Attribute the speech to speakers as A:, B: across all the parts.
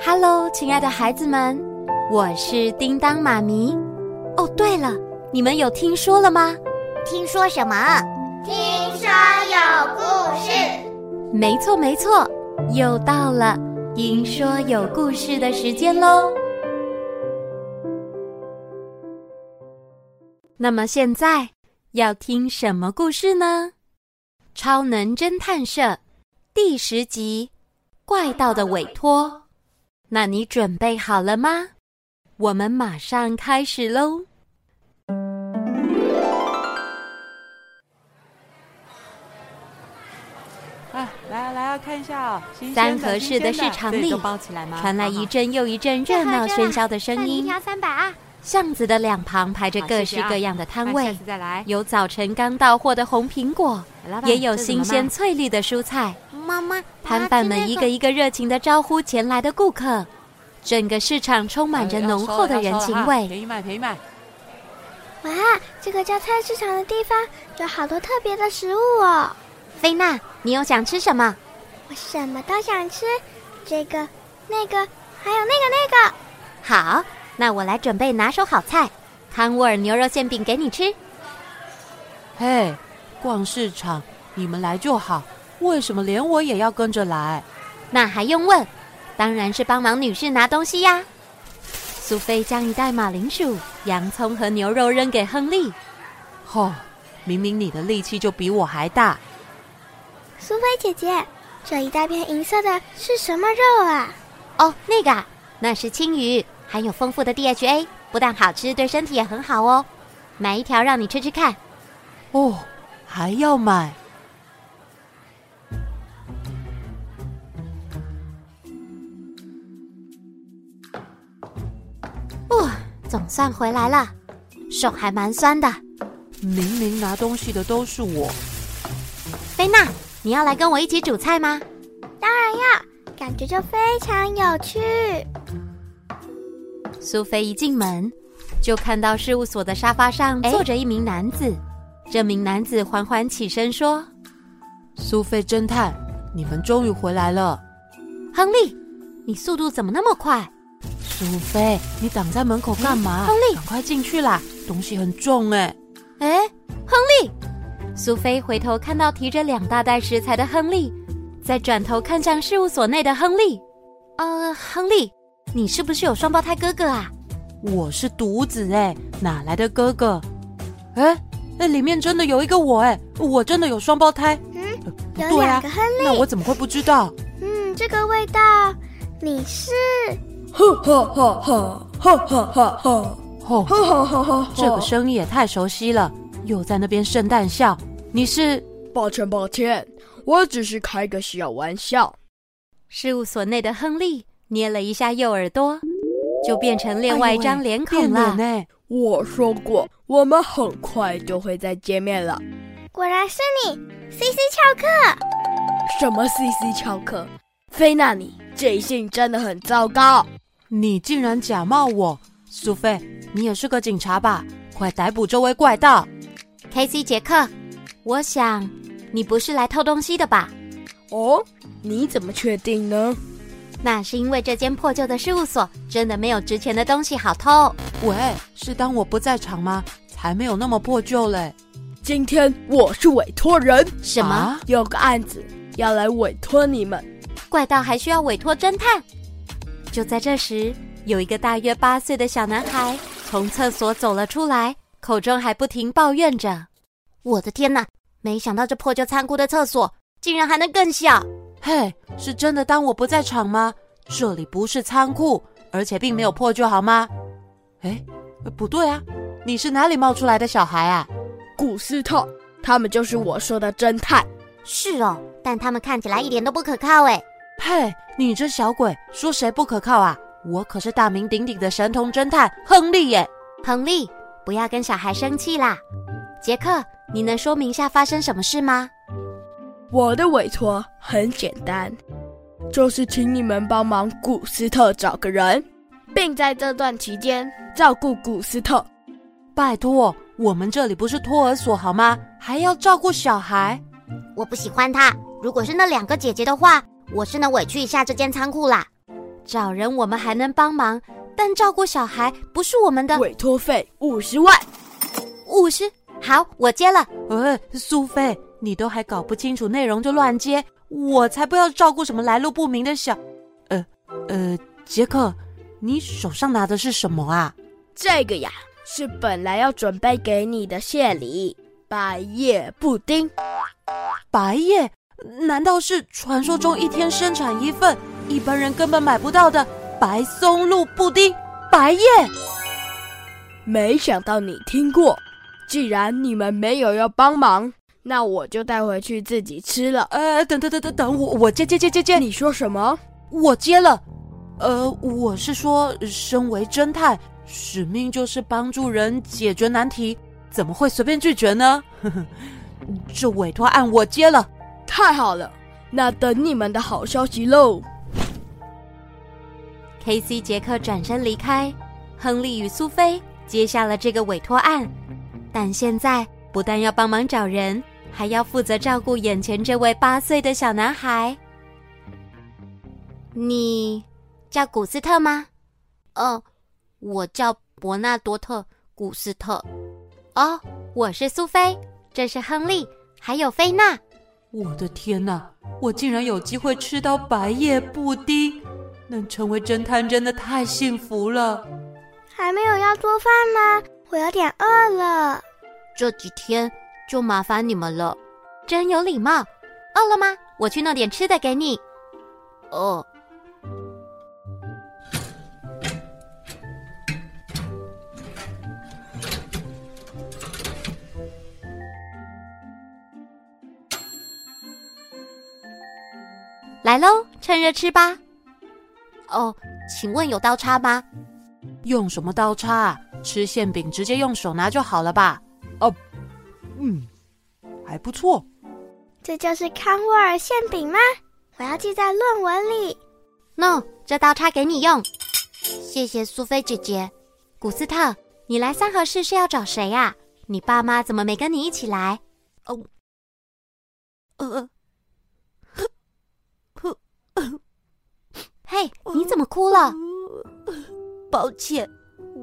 A: Hello，亲爱的孩子们，我是叮当妈咪。哦，对了，你们有听说了吗？
B: 听说什么？
C: 听说有故事。
A: 没错，没错，又到了听说有故事的时间喽。那么现在要听什么故事呢？《超能侦探社》第十集《怪盗的委托》。那你准备好了吗？我们马上开始喽！
D: 啊，来啊来啊，看一下啊，新鲜
A: 三
D: 的
A: 河市的市场
D: 新鲜的
A: 里
D: 对都包起来吗
A: 传来一阵又一阵热
B: 这
A: 闹喧嚣的声音。
B: 三百啊！
A: 巷子的两旁排着
D: 好
A: 各
D: 谢谢
A: 式
D: 啊
A: 各样的摊
D: 那下
A: 位
D: 次，再来。
A: 有早晨刚到货的红苹果，
D: 老板
A: 也有
D: 这是什
A: 新
D: 么哎
A: 鲜
D: 卖
A: 翠绿的蔬菜。
B: 妈妈，
A: 摊贩们一个
B: 一
A: 一个热情地招呼前来的顾客，整个市场充满着
D: 哎要
A: 浓
D: 收
A: 厚
D: 了
A: 的
D: 要
A: 人
D: 收了
A: 情
D: 哈
A: 味。
D: 便宜卖便宜卖。
B: 哇，这个叫菜市场的地方有好多特别的食物哦，
A: 菲娜，你又想吃什么？
B: 我什么都想吃，这个、那个，还有那个那个。
A: 好，那我来准备拿手好菜，康沃尔牛肉馅饼给你吃。
D: 嘿，逛市场，你们来就好，为什么连我也要跟着来？
A: 那还用问？当然是帮忙女士拿东西呀。苏菲将一袋马铃薯、洋葱和牛肉扔给亨利。
D: 吼、明明你的力气就比我还大。
B: 苏菲姐姐，这一大片银色的是什么肉啊？
A: 哦，那个啊，那是青鱼，含有丰富的 DHA，不但好吃，对身体也很好哦。买一条让你吃吃看。
D: 哦，还要买？
A: 哦，总算回来了，手还蛮酸的。
D: 明明拿东西的都是我。
A: 菲娜，你要来跟我一起煮菜吗？
B: 当然要，感觉就非常有趣。
A: 苏菲一进门，就看到事务所的沙发上
D: 哎
A: 坐着一名男子。这名男子缓缓起身说
D: 苏菲侦探，你们终于回来了。：“
A: 亨利，你速度怎么那么快？
D: 苏菲，你挡在门口干嘛？
A: 亨利
D: 赶快进去啦，东西很重哎、
A: 哎，亨利！”苏菲回头看到提着两大袋食材的亨利，再转头看向事务所内的亨利。呃，亨利，你是不是有双胞胎哥哥啊？
D: 我是独子哎、哪来的哥哥？哎、那里面真的有一个我哎、我真的有双胞胎。
B: 嗯，
D: 呃不
B: 有
D: 对
B: 两
D: 啊
B: 个，亨
D: 那
B: 利。
D: 我怎么会不知道？
B: 嗯，这个味道，你是
E: 哈哈哈哈哈哈哈哈
D: 哦，
E: 哈哈哈哈！
D: 这个声音也太熟悉了，又在那边圣诞笑。你是
E: 抱歉抱歉，我只是开个小玩笑。
A: 事务所内的亨利捏了一下右耳朵，就变成另外一张脸孔了。
D: 变脸哎、
E: 我说过，我们很快就会再见面了。
B: 果然是你，C C 翘课。
E: 什么 CC 翘课？菲娜你，这一信真的很糟糕。
D: 你竟然假冒我，苏菲，你也是个警察吧？快逮捕这位怪盗！
A: K C 杰克，我想你不是来偷东西的吧？
E: 哦，你怎么确定呢？
A: 那是因为这间破旧的事务所真的没有值钱的东西好偷。
D: 喂，是当我不在场吗？才没有那么破旧嘞。
E: 今天我是委托人，
A: 什么？
D: 啊
E: 有个案子要来委托你们。
A: 怪盗还需要委托侦探？就在这时，有一个大约八岁的小男孩从厕所走了出来，口中还不停抱怨着：“我的天哪！没想到这破旧仓库的厕所竟然还能更小。
D: 嘿，是真的当我不在场吗？这里不是仓库，而且并没有破旧，好吗？哎，呃不对啊，你是哪里冒出来的小孩啊？
E: 古斯特，他们就是我说的侦探。”
A: 是哦，但他们看起来一点都不可靠哎。
D: 嘿，你这小鬼，说谁不可靠啊？我可是大名鼎鼎的神童侦探亨利耶！
A: 亨利，不要跟小孩生气啦。杰克，你能说明一下发生什么事吗？
E: 我的委托很简单，就是请你们帮忙古斯特找个人，并在这段期间照顾古斯特。
D: 拜托，我们这里不是托儿所好吗？还要照顾小孩？
A: 我不喜欢他。如果是那两个姐姐的话，我是能委屈一下这间仓库啦。找人我们还能帮忙，但照顾小孩不是我们的。
E: 委托费五十万。
A: 五十，好，我接了。
D: 哎，苏菲，你都还搞不清楚内容就乱接，我才不要照顾什么来路不明的小……呃呃，杰克，你手上拿的是什么啊？
E: 这个呀，是本来要准备给你的谢礼——百叶布丁。
D: 白叶？难道是传说中一天生产一份，一般人根本买不到的白松露布丁？白叶？
E: 没想到你听过。既然你们没有要帮忙，那我就带回去自己吃了。
D: 呃，等等等等等，我我接接接接接，
E: 你说什么？
D: 我接了。呃，我是说，身为侦探，使命就是帮助人解决难题，怎么会随便拒绝呢？ 呵呵，这委托案我接了。
E: 太好了，那等你们的好消息喽。
A: K.C. 杰克转身离开，亨利与苏菲接下了这个委托案，但现在不但要帮忙找人，还要负责照顾眼前这位八岁的小男孩。你叫古斯特吗？哦，我叫伯纳多特·古斯特。哦，我是苏菲，这是亨利，还有菲娜。
D: 我的天哪！我竟然有机会吃到白叶布丁，能成为侦探真的太幸福了。
B: 还没有要做饭吗？我有点饿了。
A: 这几天就麻烦你们了，真有礼貌。饿了吗？我去弄点吃的给你。哦，来喽，趁热吃吧。哦，请问有刀叉吗？
D: 用什么刀叉啊？吃馅饼直接用手拿就好了吧？哦，嗯，还不错。
B: 这就是康沃尔馅饼吗？我要记在论文里。
A: no，这刀叉给你用。谢谢苏菲姐姐。古斯特，你来三河市是要找谁呀、你爸妈怎么没跟你一起来？哦，呃，嘿，你怎么哭了？
F: 抱歉，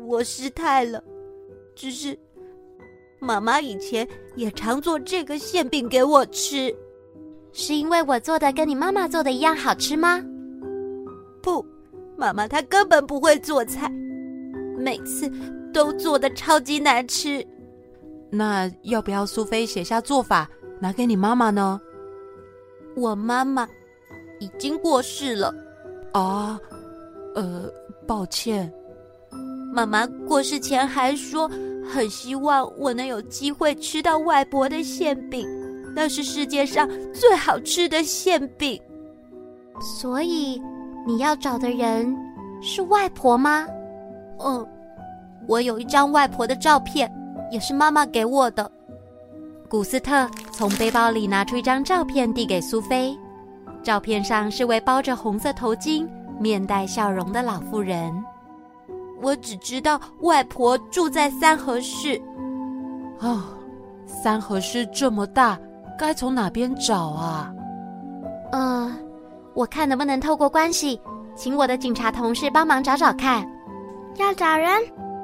F: 我失态了。只是妈妈以前也常做这个馅饼给我吃，
A: 是因为我做的跟你妈妈做的一样好吃吗？
F: 不，妈妈她根本不会做菜，每次都做的超级难吃。
D: 那要不要苏菲写下做法拿给你妈妈呢？
F: 我妈妈已经过世了，
D: 啊，呃，抱歉，
F: 妈妈过世前还说很希望我能有机会吃到外婆的馅饼，那是世界上最好吃的馅饼。
A: 所以你要找的人是外婆吗？
F: 嗯，我有一张外婆的照片，也是妈妈给我的。
A: 古斯特从背包里拿出一张照片递给苏菲，照片上是位包着红色头巾、面带笑容的老妇人。
F: 我只知道外婆住在三河市，
D: 哦，三河市这么大，该从哪边找啊？
A: 呃，我看能不能透过关系，请我的警察同事帮忙找找看。
B: 要找人，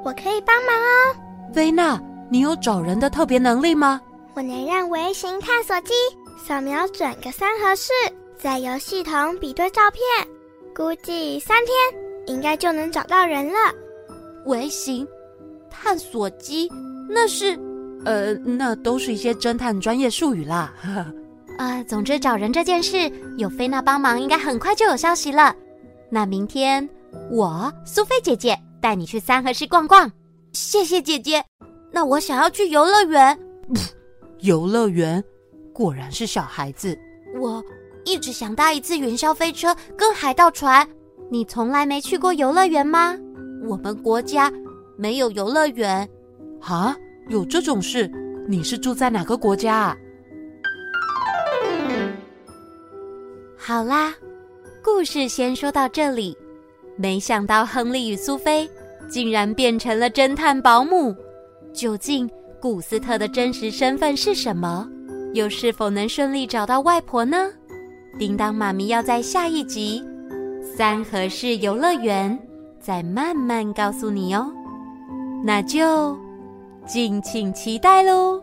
B: 我可以帮忙哦。
D: 菲娜，你有找人的特别能力吗？
B: 我能让微型探索机扫描整个三河市，再由系统比对照片，估计三天应该就能找到人了。
F: 微型探索机，那是
D: 呃，那都是一些侦探专业术语啦。
A: 啊，总之找人这件事有菲娜帮忙，应该很快就有消息了。那明天我苏菲姐姐带你去三河市逛逛。
F: 谢谢姐姐。那我想要去游乐园，
D: 游乐园，果然是小孩子。
F: 我一直想搭一次云霄飞车跟海盗船。
A: 你从来没去过游乐园吗？
F: 我们国家没有游乐园，
D: 啊，有这种事？你是住在哪个国家啊？
A: 好啦，故事先说到这里。没想到亨利与苏菲竟然变成了侦探保姆。究竟古斯特的真实身份是什么？又是否能顺利找到外婆呢？叮当妈咪要在下一集三河市游乐园再慢慢告诉你哦。那就敬请期待喽。